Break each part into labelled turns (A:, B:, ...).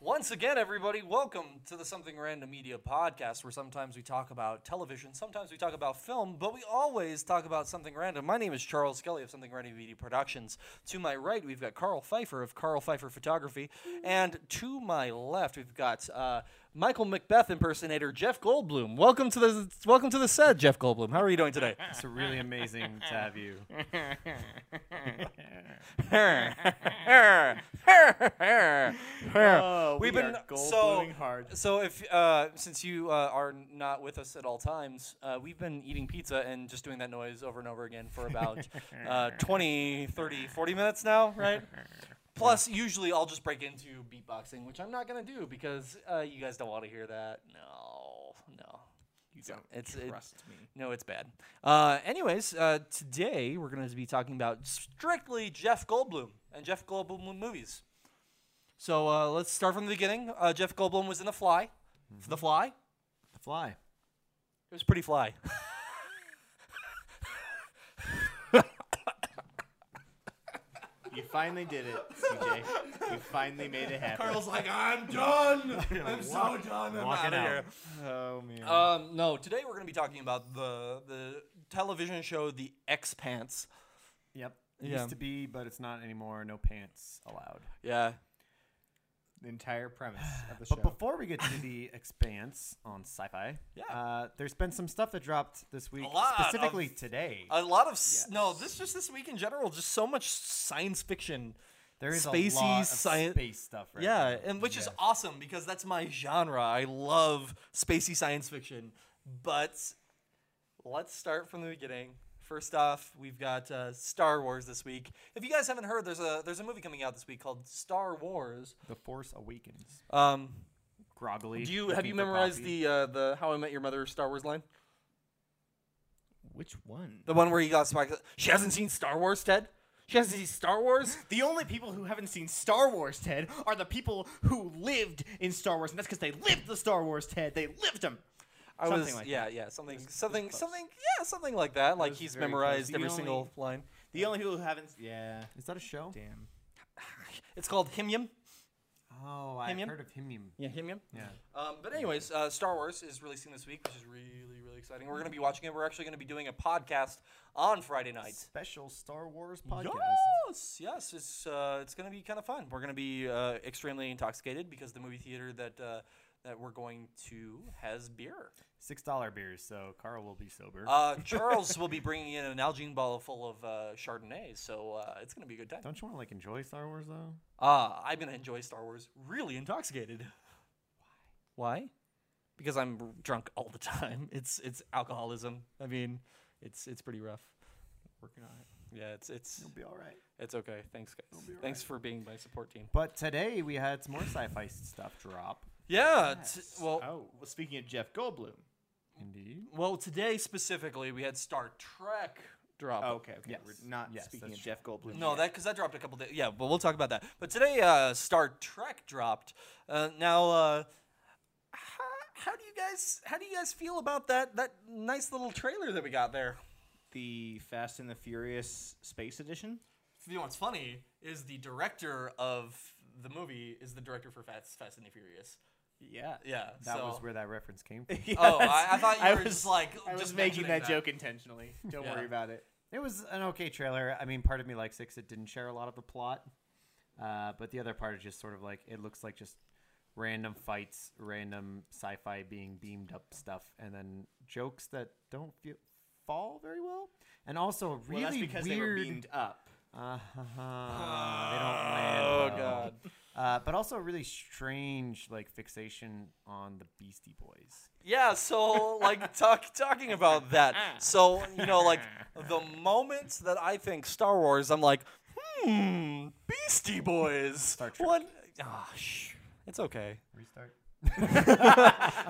A: Once again, everybody, welcome to the Something Random Media podcast, where sometimes we talk about television, sometimes we talk about film, but we always talk about something random. My name is Charles Skelly of Something Random Media Productions. To my right, we've got Carl Pfeiffer of Carl Pfeiffer Photography, and to my left, we've got uh, Michael Macbeth impersonator Jeff Goldblum. Welcome to the welcome to the set, Jeff Goldblum. How are you doing today?
B: It's really amazing to have you. Oh,
A: We've
B: we
A: been
B: are
A: so
B: Goldbluming hard.
A: so if uh, since you uh, are not with us at all times, uh, we've been eating pizza and just doing that noise over and over again for about uh, 20, 30, 40 minutes now, right? Plus, usually I'll just break into beatboxing, which I'm not gonna do because uh, you guys don't want to hear that. No, no, you don't. It's it-
B: me.
A: no, it's bad. Uh, anyways, uh, today we're going to be talking about strictly Jeff Goldblum and Jeff Goldblum movies. So uh, let's start from the beginning. Uh, Jeff Goldblum was in The Fly. The Fly? It
B: The fly.
A: was pretty fly.
B: You finally did it, CJ. You finally made it happen.
C: Carl's like, I'm done. I'm so done. I'm
B: Walking
C: out of
B: out.
C: here.
B: Oh man.
A: um, no, today we're going to be talking about the the television show The Expanse.
B: yep. It
A: yeah.
B: Used to be, but it's not anymore. No pants allowed.
A: Yeah.
C: The entire premise of the
B: But
C: show.
B: before we get to the expanse on sci-fi,
A: Yeah.
B: uh, there's been some stuff that dropped this week,
A: lot of- uh,
B: specifically today.
A: A lot of s no, this just this week in general, just so much science fiction.
B: there is
A: spacey
B: a lot of
A: sci-
B: space stuff right
A: Yeah,
B: now.
A: and which is awesome because that's my genre. I love spacey science fiction. But let's start from the beginning. First off, we've got uh, Star Wars this week. If you guys haven't heard, there's a there's a movie coming out this week called Star Wars.
B: The Force Awakens.
A: Um,
B: Groggily.
A: do you have
B: looking
A: you
B: for
A: memorized
B: coffee.
A: the uh, the How I Met Your Mother Star Wars line?
D: Which one?
A: The one where he got smacked. She hasn't seen Star Wars, Ted. She hasn't seen Star Wars.
D: The only people who haven't seen Star Wars, Ted, are the people who lived in Star Wars, and that's because they lived the Star Wars, Ted. They lived them.
A: I
D: Something
A: was
D: like
A: yeah yeah something something something yeah something like that. Like
D: was
A: he's
D: very close.
A: memorized
D: The
A: every
D: only-
A: single line.
D: The only people who haven't. Yeah.
B: Is that a show?
D: Damn.
A: It's called Himyum.
B: Oh, I've
A: Himium?
B: heard of Himium.
A: Yeah, Himyum.
B: Yeah.
A: Um, but anyways, uh, Star Wars is releasing this week, which is really really exciting. We're gonna be watching it. We're actually gonna be doing a podcast on Friday night.
B: Special Star Wars podcast.
A: Yes, yes, it's uh, it's gonna be kind of fun. We're gonna be uh, extremely intoxicated because the movie theater that uh, that we're going to has beer.
B: Six dollar beers, so Carl will be sober.
A: Uh, Charles will be bringing in an Algene bottle full of uh, Chardonnay, so uh, it's gonna be a good time.
B: Don't you want to like enjoy Star Wars though?
A: Uh, I'm gonna enjoy Star Wars really intoxicated. Why? Why? Because I'm r- drunk all the time. It's it's alcoholism. I mean, it's it's pretty rough.
B: Working on it.
A: Yeah, it's it's
B: It'll be all right.
A: it's okay. Thanks guys. Thanks for being my support team.
B: But today we had some more sci-fi stuff drop.
A: Yeah. t- well,
D: Oh, well, speaking of Jeff Goldblum.
B: Indeed.
A: well, today specifically we had Star Trek drop.
D: Oh, okay, okay.
B: Yes.
D: We're not
B: Yes,
D: speaking of
B: that's
D: Jeff Goldblum.
A: No,
D: yet.
A: that because that dropped a couple days. Yeah, but we'll talk about that. But today, uh, Star Trek dropped. Uh, now, uh, how, how do you guys how do you guys feel about that that nice little trailer that we got there?
D: The Fast and the Furious Space Edition.
A: You know what's funny is the director of the movie is the director for Fast, Fast and the Furious.
D: Yeah.
A: Yeah,
B: That
A: so-
B: was where that reference came from.
A: Oh, I, I thought you
D: I
A: were
D: was-
A: just like
D: I was
A: just
D: making
A: mentioning
D: that, joke intentionally. Don't
A: Yeah.
D: worry about it.
B: it was an okay trailer. I mean, part of me likes it 'cause it didn't share a lot of the plot, uh, but the other part is just sort of like it looks like just random fights, random sci-fi being beamed up stuff, and then jokes that don't feel fall very well, and also a really
D: well, that's because
B: weird.
D: they were beamed up.
B: Uh, they don't land.
A: Oh
B: well.
A: god.
B: Uh, but also a really strange like fixation on the Beastie Boys.
A: Yeah, so like talk, talking about that. So you know, like the moment that I think Star Wars, I'm like, hmm, Beastie Boys. Star
B: Trek.
A: What? Ah, sh- it's okay.
B: Restart.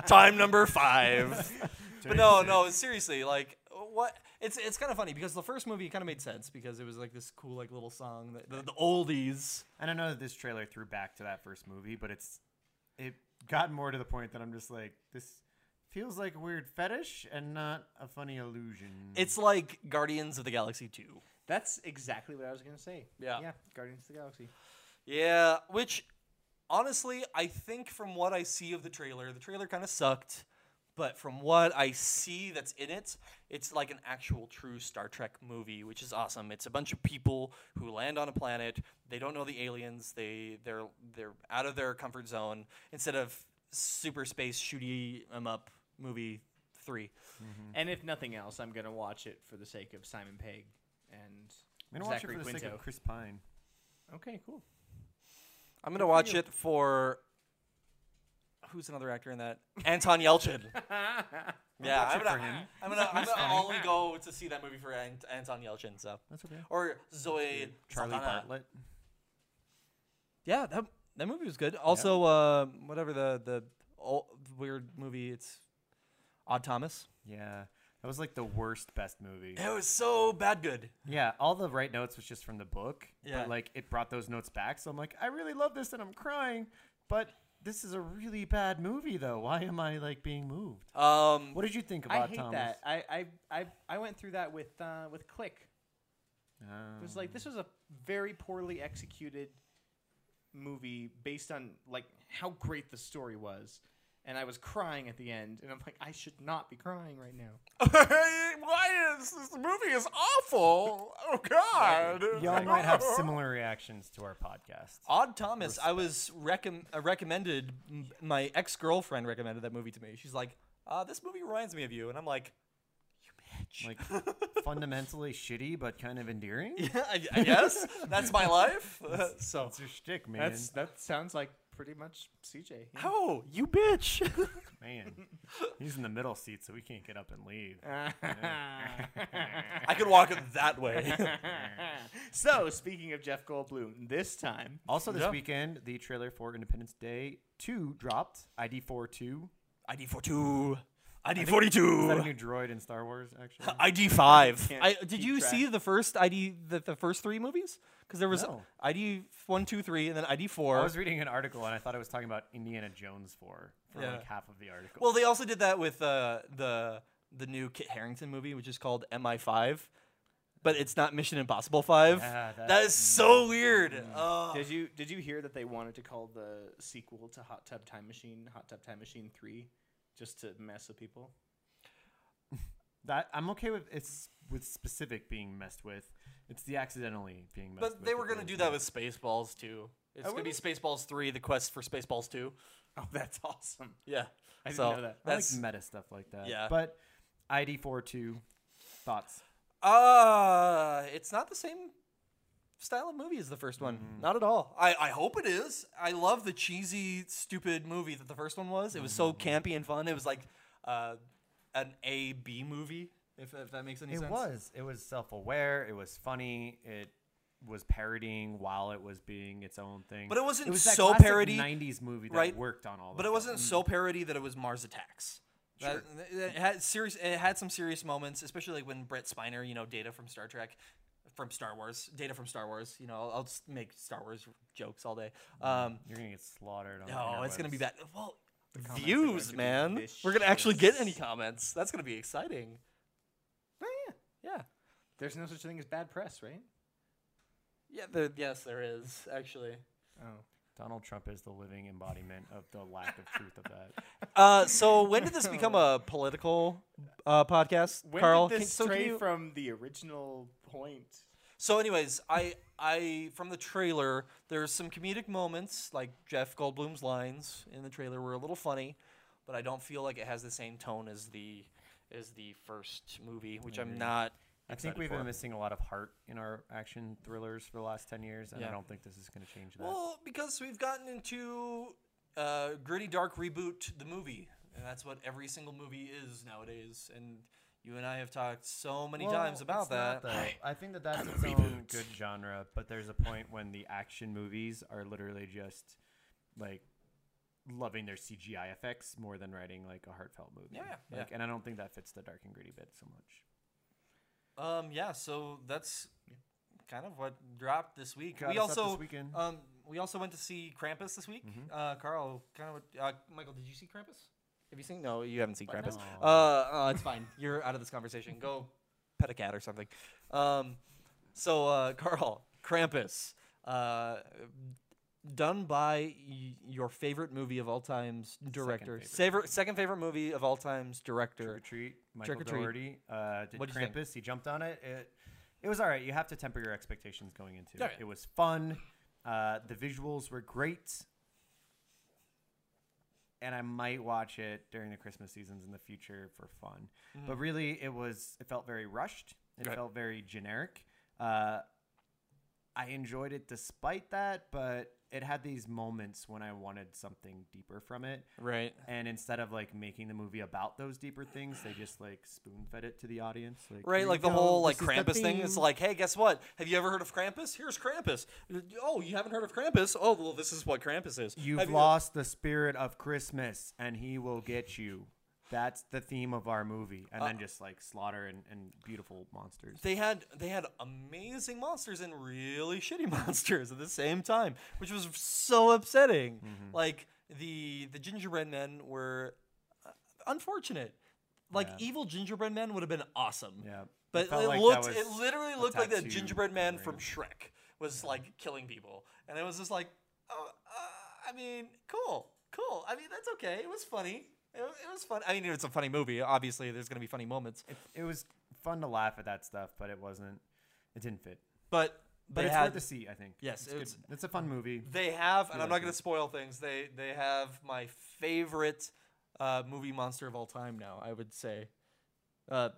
A: Time number five. but no, no, seriously, like what? It's it's kind of funny because the first movie kind of made sense because it was like this cool like little song, that, the, the oldies.
B: And I know that this trailer threw back to that first movie, but it's it got more to the point that I'm just like this feels like a weird fetish and not a funny illusion.
A: It's like Guardians of the Galaxy two.
D: That's exactly what I was going to say.
A: Yeah.
D: Yeah. Guardians of the Galaxy.
A: Yeah, which honestly, I think from what I see of the trailer, the trailer kind of sucked, but from what I see that's in it, it's like an actual true Star Trek movie, which is awesome. It's a bunch of people who land on a planet. They don't know the aliens. They they're they're out of their comfort zone. Instead of super space shooty 'em up movie three,
D: And if nothing else, I'm gonna watch it for the sake of Simon Pegg and
B: I'm gonna
D: Zachary
B: watch it for the sake
D: Quinto.
B: of Chris Pine.
D: okay, cool.
A: I'm gonna watch it for. Who's another actor in that? Anton Yelchin. yeah, I'm gonna, I'm gonna, I'm gonna only go to see that movie for Ant- Anton Yelchin. So
B: That's okay.
A: or Zoe
B: Charlie
A: Saldana.
B: Bartlett.
A: Yeah, that that movie was good. Also, uh, whatever the the old, weird movie, it's Odd Thomas.
B: Yeah, that was like the worst best movie.
A: It was so bad good.
B: Yeah, all the right notes was just from the book.
A: Yeah.
B: But like it brought those notes back. So I'm like, I really love this and I'm crying, but this is a really bad movie though. Why am I like being moved?
A: Um,
B: What did you think
D: I
B: about
D: hate
B: Thomas?
D: that. I, I I I went through that with uh, with Click. It was
B: Um,
D: like this was a very poorly executed movie based on like how great the story was, and I was crying at the end, and I'm like, I should not be crying right now.
A: why is this movie is awful? Oh God!
B: y'all might have similar reactions to our podcast.
A: Odd Thomas, I was recomm- uh, recommended. m- My ex girlfriend recommended that movie to me. She's like, uh, "This movie reminds me of you," and I'm like, "You bitch."
B: Like fundamentally shitty, but kind of endearing.
A: yeah, I, I guess that's my life. so,
B: That's your shtick, man.
D: That's that sounds like pretty much CJ. yeah.
A: oh, you bitch.
B: Man, he's in the middle seat, so we can't get up and leave.
A: I could walk that way.
D: so speaking of Jeff Goldblum, this time
B: Also, this
A: Yeah.
B: weekend, the trailer for Independence Day 2 dropped. ID 4 2.
A: ID 42. ID
B: Is that a
A: 42.
B: new droid in Star Wars, actually?
A: ID 5.
D: Can't
A: I, did
D: keep
A: you
D: track.
A: see the first ID, the, the first three movies? Because there was
B: No.
A: ID 1, 2, 3, and then ID
B: I
A: 4.
B: was reading an article and I thought it was talking about Indiana Jones 4 for like
A: Yeah.
B: half of the article.
A: well, they also did that with uh, the the new Kit Harrington movie, which is called MI5, but it's not Mission Impossible 5.
B: Yeah, that-
A: that is so weird. Ugh.
D: Did you did you hear that they wanted to call the sequel to Hot Tub Time Machine Hot Tub Time Machine Three, just to mess with people?
B: that I'm okay with it's with specific being messed with. It's the accidentally being messed with.
A: but they were going to
B: really
A: do that
B: is.
A: with Spaceballs too. It's going to be Spaceballs 3, the quest for Spaceballs 2.
D: Oh, that's awesome!
A: Yeah.
D: I didn't
A: so
D: know that.
A: That's,
B: I like meta stuff like that.
A: Yeah.
B: But ID 4 2 thoughts.
A: Uh it's not the same style of movie as the first one.
B: Mm-hmm.
A: Not at all. I, I hope it is. I love the cheesy, stupid movie that the first one was. It was so
B: Mm-hmm.
A: campy and fun. It was like uh, an A B movie, if, if that makes any
B: It
A: sense.
B: was. It was self aware. It was funny. It was parodying while it was being its own thing.
A: But it wasn't
B: that
A: so
B: classic
A: parody,
B: 90s movie that
A: right?
B: worked on all
A: But
B: that
A: it
B: stuff.
A: wasn't so parody that it was Mars Attacks. That- it had serious. It had some serious moments, especially like when Brett Spiner, you know, Data from Star Trek, from Star Wars, Data from Star Wars. You know, I'll, I'll just make Star Wars jokes all day. Um,
B: You're going to get slaughtered on the
A: No, Oh, it's gonna be
B: interwebs.
A: bad. Well,
D: comments are going
A: views,
D: to be
A: man. We're gonna actually get
D: vicious.
A: any comments. That's gonna be exciting.
D: Oh,
A: Yeah,
D: There's no such thing as bad press, right?
A: yeah. There, yes, there is actually.
D: Oh,
B: Donald Trump is the living embodiment of the lack of truth of that.
A: Uh, so when did this become a political uh, podcast,
D: when
A: Carl?
D: did
A: Can-
D: this
A: so, can
D: stray
A: you-
D: from the original point?
A: so, anyways, I, I from the trailer, there's some comedic moments like Jeff Goldblum's lines in the trailer were a little funny, but I don't feel like it has the same tone as the as the first movie, which
D: Mm-hmm.
A: I'm not.
B: I think
A: excited
B: we've
A: for.
B: been missing a lot of heart in our action thrillers for the last 10 years, and
A: Yeah.
B: I don't think this is going to change that.
A: Well, because we've gotten into uh, gritty dark reboot the movie, and that's what every single movie is nowadays. And you and I have talked so many times about that.
B: I think that that's its own good genre, but there's a point when the action movies are literally just like loving their CGI effects more than writing like a heartfelt movie.
A: Yeah, yeah.
B: Like, and I don't think that fits the dark and gritty bit so much.
A: Um, yeah, so that's kind of what dropped this week.
B: Got
A: we
B: us up
A: also
B: this weekend.
A: um we also went to see Krampus this week. Uh, Carl, kind of. What, uh, Michael, did you see Krampus? Have you seen? No, you haven't seen Krampus. Uh, uh, it's fine. You're out of this conversation. Go pet a cat or something. Um, so uh, Carl, Krampus. Uh, done by y- your favorite movie of all times director,
B: favorite.
A: Savor- second favorite movie of all times
B: Trick or
A: director.
B: treat.
A: Trick
B: Michael
A: or treat.
B: Dougherty uh, did
A: What'd you think?
B: Krampus. He jumped on it. It it was all right. You have to temper your expectations going into
A: All
B: it.
A: right.
B: It was fun. Uh, the visuals were great. And I might watch it during the Christmas seasons in the future for fun.
A: Mm-hmm.
B: But really, it was it felt very rushed. It
A: Right.
B: felt very generic. Uh, I enjoyed it despite that, but it had these moments when I wanted something deeper from it.
A: Right.
B: And instead of like making the movie about those deeper things, they just like spoon fed it to the audience. Like,
A: Right,
B: "Here
A: like
B: you
A: the
B: go,
A: whole like
B: this is the
A: Krampus thing. It's
B: theme."
A: like, hey, guess what? Have you ever heard of Krampus? Here's Krampus. Oh, you haven't heard of Krampus? Oh, well, this is what Krampus is.
B: you've
A: Have you-
B: lost the spirit of Christmas, and he will get you. That's the theme of our movie, and
A: Uh,
B: then just like slaughter and, and beautiful monsters.
A: they had they had amazing monsters and really shitty monsters at the same time, which was so upsetting.
B: Mm-hmm.
A: Like the the gingerbread men were uh, unfortunate. Like
B: Yeah.
A: evil gingerbread men would have been awesome.
B: Yeah.
A: But
B: It
A: it,
B: felt like that
A: looked
B: was
A: it literally
B: a Mm-hmm.
A: looked like that
B: tattoo
A: gingerbread man
B: rendering.
A: from Shrek was like killing people. And it was just like oh, uh, I mean, cool. Cool. I mean, that's okay. It was funny. It, wa- it was fun. I mean, it's a funny movie. Obviously, there's going to be funny moments.
B: It, it was fun to laugh at that stuff, but it wasn't. It didn't fit.
A: But
B: But
A: they
B: it's
A: had
B: worth a see, I think.
A: Yes,
B: it's,
A: it's-
B: good. it's a fun movie.
A: They have, and I'm not
B: like
A: going
B: it.
A: to spoil things. They they have my favorite uh, movie monster of all time now. I would say, uh,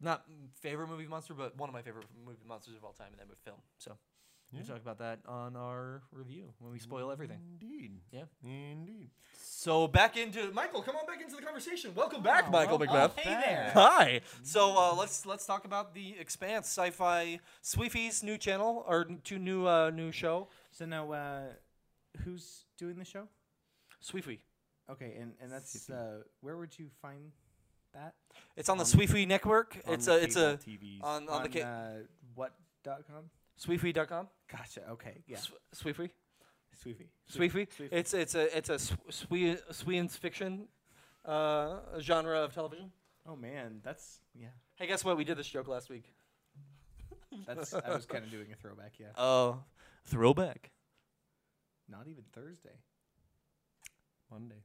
A: not m- favorite movie monster, but one of my favorite movie monsters of all time in that mo- film. So we'll talk about that on our review when we spoil everything.
B: Indeed.
A: Yeah.
B: Indeed.
A: So back into Michael. Come on back into the conversation. Welcome back, Michael McBeth.
D: Oh, hey there.
A: Hi. So uh, let's let's talk about the Expanse sci-fi Sweefies new channel or n- two new uh, new show
D: So now, uh, who's doing the show?
A: Sweefie.
D: Okay, and and that's uh, where would you find that?
A: It's on the Sweefie network. It's a it's a
B: TV.
A: on on the ca-
D: uh, what dot com?
A: Sweefy.com?
D: Gotcha. Okay. Yeah.
A: S- Sweefy?
D: Sweefy.
A: Sweefy?
D: Sweefy.
A: It's it's a it's a swe- Sweden's fiction uh, genre of television.
D: Oh man, that's yeah.
A: Hey, guess what? We did this joke last week.
D: That's I was kind of doing a throwback. Yeah.
A: Oh, throwback.
D: Not even Thursday.
B: Monday.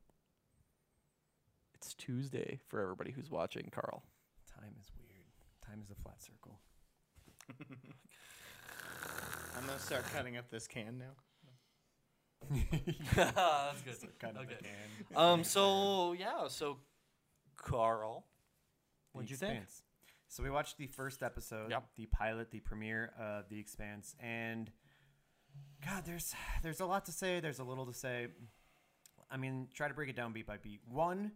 A: It's Tuesday for everybody who's watching, Carl.
B: Time is weird. Time is a flat circle.
D: I'm gonna start cutting up this can now.
A: That's good.
B: Kind of
A: Okay.
B: again.
A: Um. So yeah. So, Carl, what'd
B: The
A: you think?
B: Expanse. So we watched the first episode,
A: Yep.
B: the pilot, the premiere of The Expanse, and God, there's there's a lot to say. There's a little to say. I mean, try to break it down beat by beat. One,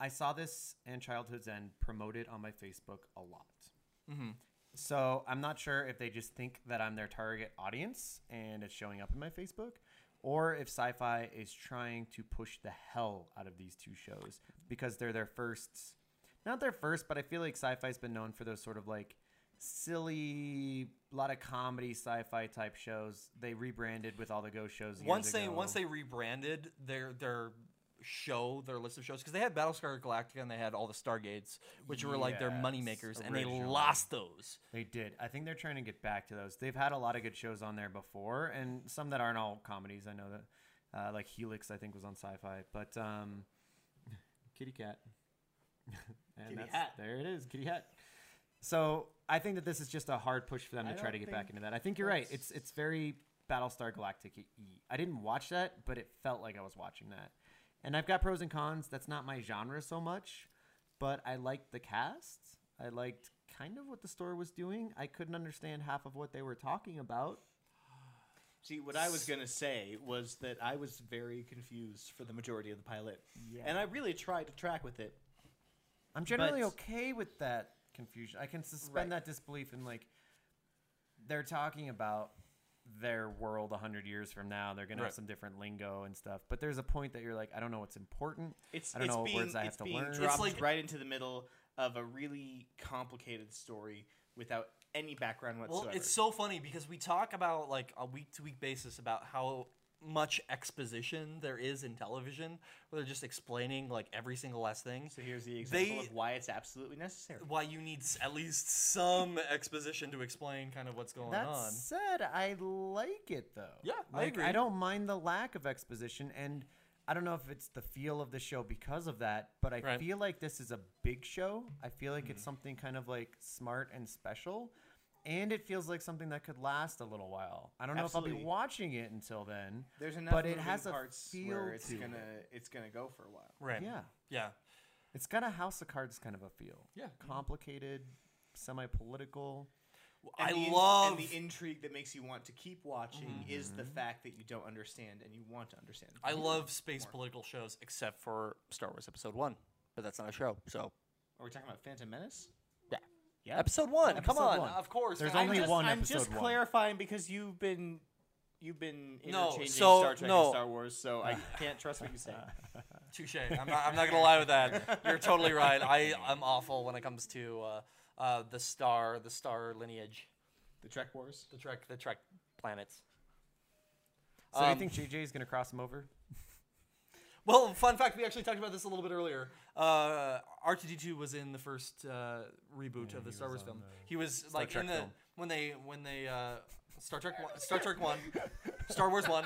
B: I saw this and Childhood's End promoted on my Facebook a lot. So I'm not sure if they just think that I'm their target audience and it's showing up in my Facebook, or if Sci-Fi is trying to push the hell out of these two shows because they're their first, not their first, but I feel like Sci-Fi's been known for those sort of like silly, lot of comedy sci-fi type shows. They rebranded with all the Ghost shows. years
A: once they
B: ago.
A: once they rebranded their their show their list of shows because they had Battlestar Galactica and they had all the Stargates which were like their money
B: Yes,
A: makers and they
B: originally.
A: lost those.
B: They did. I think they're trying to get back to those. They've had a lot of good shows on there before, and some that aren't all comedies. I know that, uh, like Helix, I think was on Sci-Fi, but um, Kitty Cat. and
D: Kitty
B: that's,
D: Hat.
B: There it is, Kitty Hat. So I think that this is just a hard push for them
D: I
B: to try to
D: don't
B: get back
D: think
B: into that. I think you're right. It's
D: that's-
B: it's very Battlestar Galactica. I didn't watch that, but it felt like I was watching that. And I've got pros and cons. That's not my genre so much, but I liked the cast. I liked kind of what the story was doing. I couldn't understand half of what they were talking about.
D: See, what I was gonna say was that I was very confused for the majority of the pilot, and I really tried to track with it.
B: I'm generally
D: But-
B: okay with that confusion. I can suspend
D: Right.
B: that disbelief and like they're talking about their world 100 years from now. They're going to
A: Right.
B: have some different lingo and stuff. But there's a point that you're like, I don't know what's important.
D: It's
B: I don't
D: it's
B: know what
D: being,
B: words I have
D: it's
B: to
D: being
B: learn.
D: dropped
A: like-
D: right into the middle of a really complicated story without any background whatsoever.
A: Well, it's so funny because we talk about like a week to week basis about how much exposition there is in television, where they're just explaining like every single last thing.
D: So here's the example
A: They-
D: of why it's absolutely necessary.
A: Why you need s- at least some exposition to explain kind of what's going
B: That
A: on.
B: said, I like it though.
A: Yeah, I
B: like,
A: agree.
B: I don't mind the lack of exposition, and I don't know if it's the feel of the show because of that, but I
A: Right. Mm-hmm.
B: feel like this is a big show. I feel like it's something kind of like smart and special, and it feels like something that could last a little while. I don't know if I'll
D: Absolutely.
B: be watching it until then.
D: There's enough
B: but it
D: moving
B: has a
D: parts
B: feel
D: where it's
B: to
D: gonna
B: it.
D: it's gonna go for a while.
A: Right.
B: Yeah,
A: Yeah.
B: it's got a House of Cards kind of a feel.
A: Yeah.
D: Mm-hmm.
B: complicated, semi-political.
A: I
D: the in-
A: love.
D: and the intrigue that makes you want to keep watching
B: Mm-hmm.
D: is the fact that you don't understand and you want to understand.
A: I love space political shows, except for Star Wars Episode One, but that's not a show. So
D: Are we talking about Phantom Menace?
A: yeah.
D: Yeah.
A: Episode one, come
B: Episode
A: on,
B: one.
A: of course.
B: There's
A: man.
B: only
A: just-
B: one
D: I'm
B: episode
D: just
B: one.
D: clarifying because you've been you've been
A: No,
D: interchanging
A: so-
D: Star Trek
A: no.
D: and Star Wars, so I can't trust what you say.
A: Touche. I'm not, I'm not gonna lie with that. You're totally right. I I'm awful when it comes to uh, uh, the star, the star lineage,
D: The Trek Wars.
A: the Trek, the Trek planets.
B: So do
A: Um,
B: you think JJ is gonna cross him over?
A: Well, fun fact: we actually talked about this a little bit earlier. Uh, R2D2 was in the first uh, reboot of the Star Wars film. He was like
B: Trek
A: in the
B: film.
A: when they when they uh, Star Trek one, Star Trek one, Star Wars one.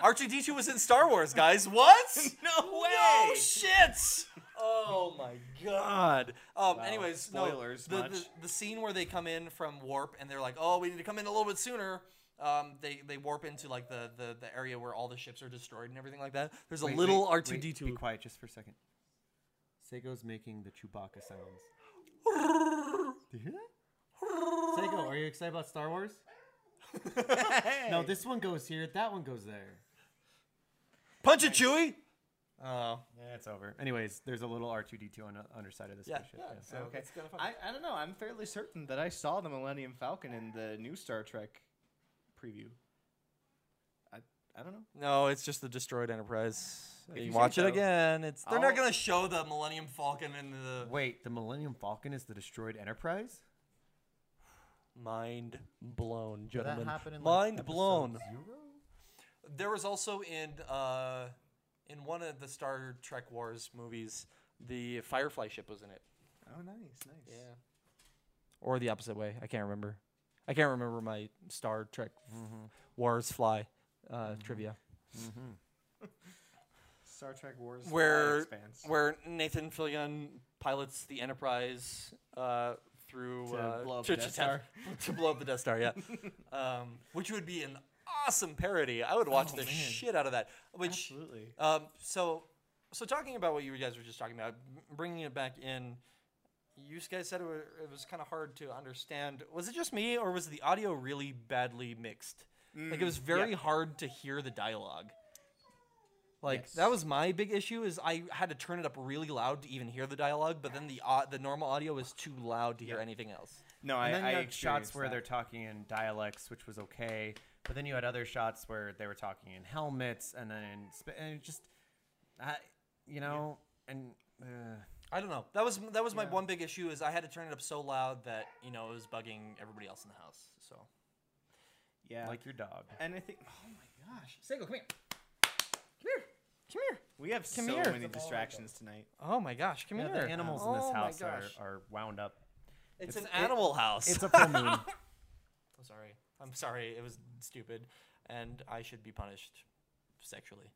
A: R2D2 was in Star Wars, guys. What?
D: No way!
A: No shit! Oh my god. Um, Anyways,
D: Spoilers,
A: No, the, the,
D: much.
A: the scene where they come in from warp and they're like, "Oh, we need to come in a little bit sooner." Um, they they warp into like the, the the area where all the ships are destroyed and everything like that. There's a
B: Wait,
A: little
B: wait,
A: R two
B: wait,
A: D two.
B: Be quiet just for a second. Sego's making the Chewbacca sounds. Do you hear that? Sego, are you excited about Star Wars? No, this one goes here. That one goes there.
A: Punch it, Chewie.
D: Oh.
B: Yeah, it's over. Anyways, there's a little R2D2 on the underside of this
A: Yeah.
B: spaceship. yeah.
A: So
D: Okay.
A: it's kinda fun.
D: I, I don't know. I'm fairly certain that I saw the Millennium Falcon in the new Star Trek preview. I I don't know.
A: No, it's just the destroyed Enterprise.
D: If
A: you
D: you
A: watch
D: say
A: it
D: so.
A: again. It's they're not
D: I'll-
A: gonna show the Millennium Falcon in the
B: Wait, the Millennium Falcon is the destroyed Enterprise?
A: mind blown,
B: Did
A: gentlemen.
B: that happen in like,
A: mind
B: episode
A: blown.
B: Zero?
A: There was also in uh, in one of the Star Trek Wars movies, the Firefly ship was in it,
D: Oh, nice, nice. Yeah.
A: or the opposite way. I can't remember. I can't remember my Star Trek Mm-hmm. Wars fly uh, trivia.
D: Star Trek Wars.
A: Where
D: Expanse.
A: where Nathan Fillion pilots the Enterprise uh, through
D: To
A: uh,
D: blow up the Death
A: attempt- to blow up the Death Star, yeah, um, which would be an awesome parody. I would watch the shit out of that. Which
D: Absolutely.
A: Um, so, so talking about what you guys were just talking about, m- bringing it back in, you guys said it was, it was kind of hard to understand. Was it just me, or was the audio really badly mixed? like it was very hard to hear the dialogue. Like that was my big issue is I had to turn it up really loud to even hear the dialogue, but then the au- the normal audio was too loud to hear anything else.
D: No, I,
B: And then
D: I
B: you had shots
D: experienced
B: where
D: that.
B: they're talking in dialects, which was okay. But then you had other shots where they were talking in helmets, and then in sp- and it just, I, you know, and uh,
A: I don't know. That was that was my one big issue is I had to turn it up so loud that you know it was bugging everybody else in the house. So
D: yeah.
B: like your dog.
D: and I think. Oh my gosh,
A: Sego, come here. Come here. Come here.
D: we have so
A: here.
D: many distractions tonight.
A: Oh my gosh, come
B: Yeah,
A: here.
B: the animals in
A: Oh
B: this
A: my
B: house are,
A: gosh.
B: are wound up.
A: It's,
B: it's-
A: an animal house.
B: It's a full moon.
A: I'm Oh, sorry. I'm sorry. It was stupid and I should be punished sexually.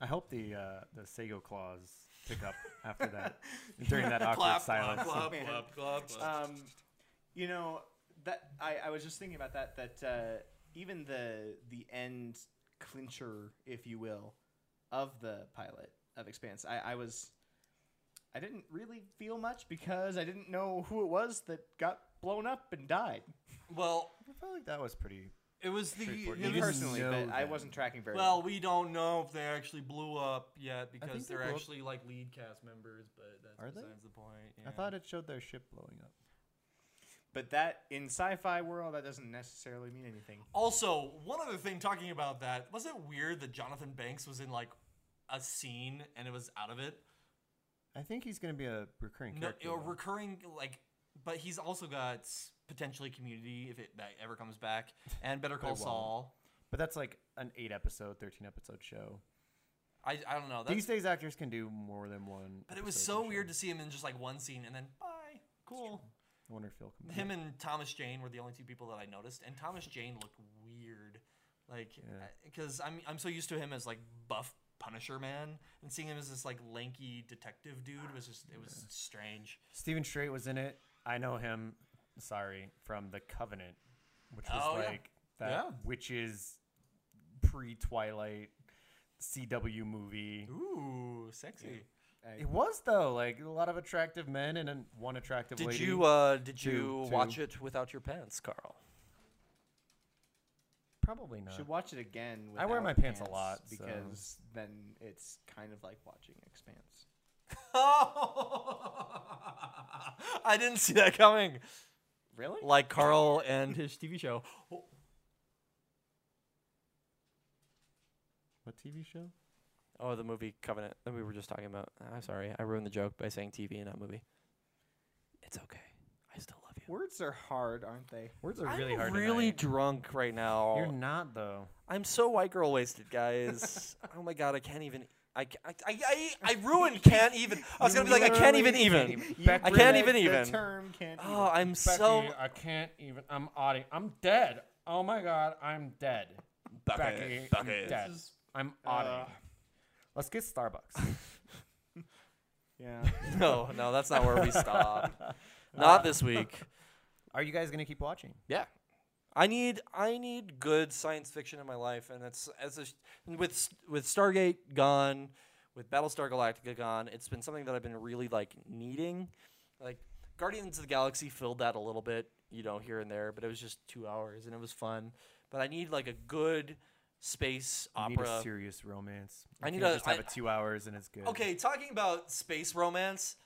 B: I hope the uh, the Sego claws pick up after that during that awkward silence.
D: man.
A: clap,
D: Um, you know that I, I was just thinking about that. That uh, even the the end clincher, if you will, of the pilot of Expanse, I, I was. I didn't really feel much because I didn't know who it was that got blown up and died.
A: Well,
B: I felt like that was pretty.
A: it was the
B: Straightforward.
A: it
B: You
A: was-
B: didn't
D: personally, but
B: know
D: I
B: them.
D: wasn't tracking very
A: well,
D: well.
A: we don't know if they actually blew up yet because
B: think they
A: they're
B: blew up.
A: actually like lead cast members, but that's
B: Are they?
A: besides the point.
B: I thought it showed their ship blowing up.
D: But that in sci-fi world, that doesn't necessarily mean anything.
A: Also, one other thing talking about that, was it weird that Jonathan Banks was in like a scene and it was out of it?
B: I think he's going to be a recurring
A: No,
B: character.
A: a
B: though.
A: recurring like, but he's also got s- potentially Community if it that ever comes back, and Better Call Saul.
B: But that's like an eight episode, thirteen episode show.
A: I, I don't know. That's,
B: These days, actors can do more than one.
A: but it was
B: episode in
A: so
B: a
A: weird
B: show.
A: to see him in just like one scene and then bye, cool.
B: I wonder if Phil. Can
A: Him and Thomas Jane were the only two people that I noticed, and Thomas Jane looked weird, like because I'm I'm so used to him as like buff Punisher man, and seeing him as this like lanky detective dude was just it was strange.
B: Stephen Strait was in it. I know him. Sorry, from The Covenant, which was
A: Oh, yeah.
B: like that,
A: Yeah.
B: which is pre-Twilight CW movie.
A: Ooh, sexy.
B: It was though, like a lot of attractive men and then one attractive
A: Did
B: lady.
A: you uh, did
B: Two,
A: you
B: two.
A: watch it without your pants, Carl?
B: Probably not.
D: Should watch it again.
B: I wear
D: without
B: my pants a lot, so-
D: because then it's kind of like watching Expanse.
A: Oh. I didn't see that coming.
D: Really?
A: Like Carl and his TV show.
B: What TV show?
A: Oh, the movie Covenant that we were just talking about. I'm sorry, I ruined the joke by saying TV and not movie. It's okay. I still love you.
D: Words are hard, aren't they?
B: Words are really hard.
A: really
B: tonight.
A: drunk right
B: You're
A: now.
B: not though.
A: I'm so white girl wasted, guys. oh my god, I can't even. I, ca- I, I, I, I ruined can't even. I was gonna be like, I can't even even. I can't even
D: The
A: even.
D: term can't.
A: Oh, I'm so.
E: I can't even. I'm auding. I'm dead. Oh my god, I'm dead. Becky, I'm dead. I'm
B: uh,
E: auding.
B: Let's get Starbucks.
D: yeah.
A: No, no, that's not where we stop.
B: Uh,
A: not this week.
B: are you guys gonna keep watching?
A: Yeah. I need I need good science fiction in my life, and it's as a, sh- with s- with Stargate gone, with Battlestar Galactica gone. It's been something that I've been really like needing. Like Guardians of the Galaxy filled that a little bit, you know, here and there, but it was just two hours and it was fun. But I need like a good space
B: I
A: opera.
B: need a serious romance.
A: I need
B: can't
A: a-
B: just have
A: I-
B: it two hours and it's good.
A: Okay, talking about space romance,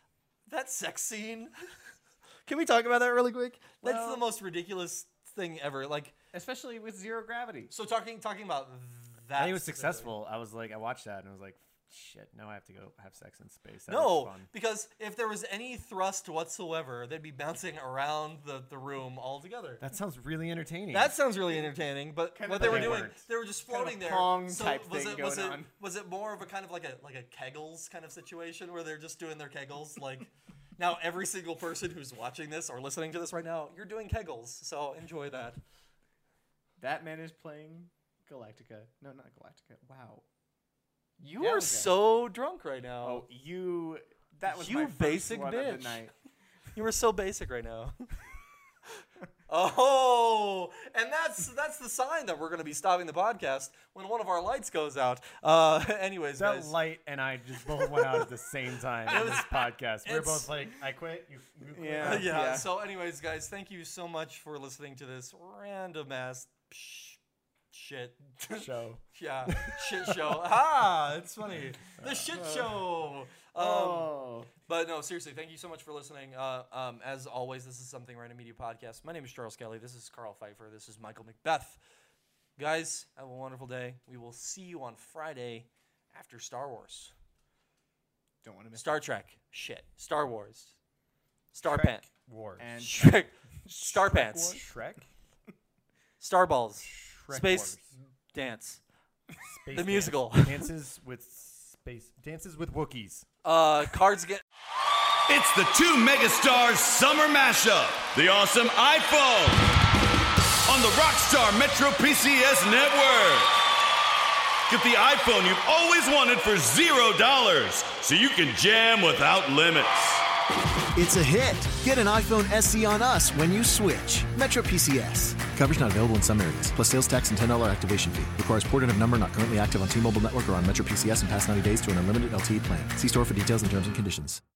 A: that sex scene. Can we talk about that really quick? That's the
D: Well-
A: most ridiculous thing ever. Like,
D: Especially with zero gravity.
A: so talking talking about that.
B: I think it was
A: specifically-
B: successful. I was like, I watched that and I was like, shit. Now I have to go have sex in space. That looks
A: No,
B: fun.
A: because if there was any thrust whatsoever, they'd be bouncing around the, the room all together.
B: that sounds really entertaining.
A: That sounds really entertaining, but what they were
B: they
A: doing,
B: weren't.
A: they were just floating there.
D: Pong
A: so
D: type
A: was
D: thing
A: it was
D: going
A: it
D: on.
A: was it more of a kind of like a like a Kegels kind of situation where they're just doing their Kegels? Like now, every single person who's watching this or listening to this right now, you're doing Kegels, so enjoy that.
D: That man is playing Galactica. No, not Galactica. Wow.
A: You
D: Yeah,
A: are
D: okay.
A: so drunk right now.
D: Oh, you. That was
A: You
D: my first
A: basic
D: one Of
A: bitch.
D: the night.
A: You were so basic right now. oh, and that's that's the sign that we're going to be stopping the podcast when one of our lights goes out. Uh, anyways,
B: That
A: guys,
B: light and I just both went out at the same time in this podcast. We We're
A: it's-
B: both like, I quit. You, you quit.
D: Yeah.
A: yeah,
D: yeah.
A: So, anyways, guys, thank you so much for listening to this random ass sh- shit.
B: Show.
A: yeah, shit show. ah, it's funny. The shit show. Um,
D: oh.
A: But no, seriously, thank you so much for listening. Uh, um, as always, this is Something Random Media Podcast. My name is Charles Kelly. This is Carl Pfeiffer. This is Michael Macbeth. Guys, have a wonderful day. We will see you on Friday after Star Wars.
D: Don't want to miss.
A: Star Trek. Shit. Star Wars. Star Pant.
B: Wars.
D: And
A: Shrek. Star Pants.
B: Shrek.
A: Star Balls.
B: Shrek
A: Space
B: Wars.
A: Dance.
B: Space
A: The musical.
B: dance. dances with space dances with Wookiees.
A: Uh, cards get.
F: It's the two megastars summer mashup. The awesome iPhone on the Rockstar Metro PCS network. Get the iPhone you've always wanted for zero dollars, so you can jam without limits.
G: It's a hit. Get an iPhone SE on us when you switch. Metro PCS. Coverage not available in some areas, plus sales tax and $10 activation fee. Requires porting of number not E currently active on T Mobile Network or on Metro PCS in past 90 days to an unlimited LTE plan. See store for details and terms and conditions.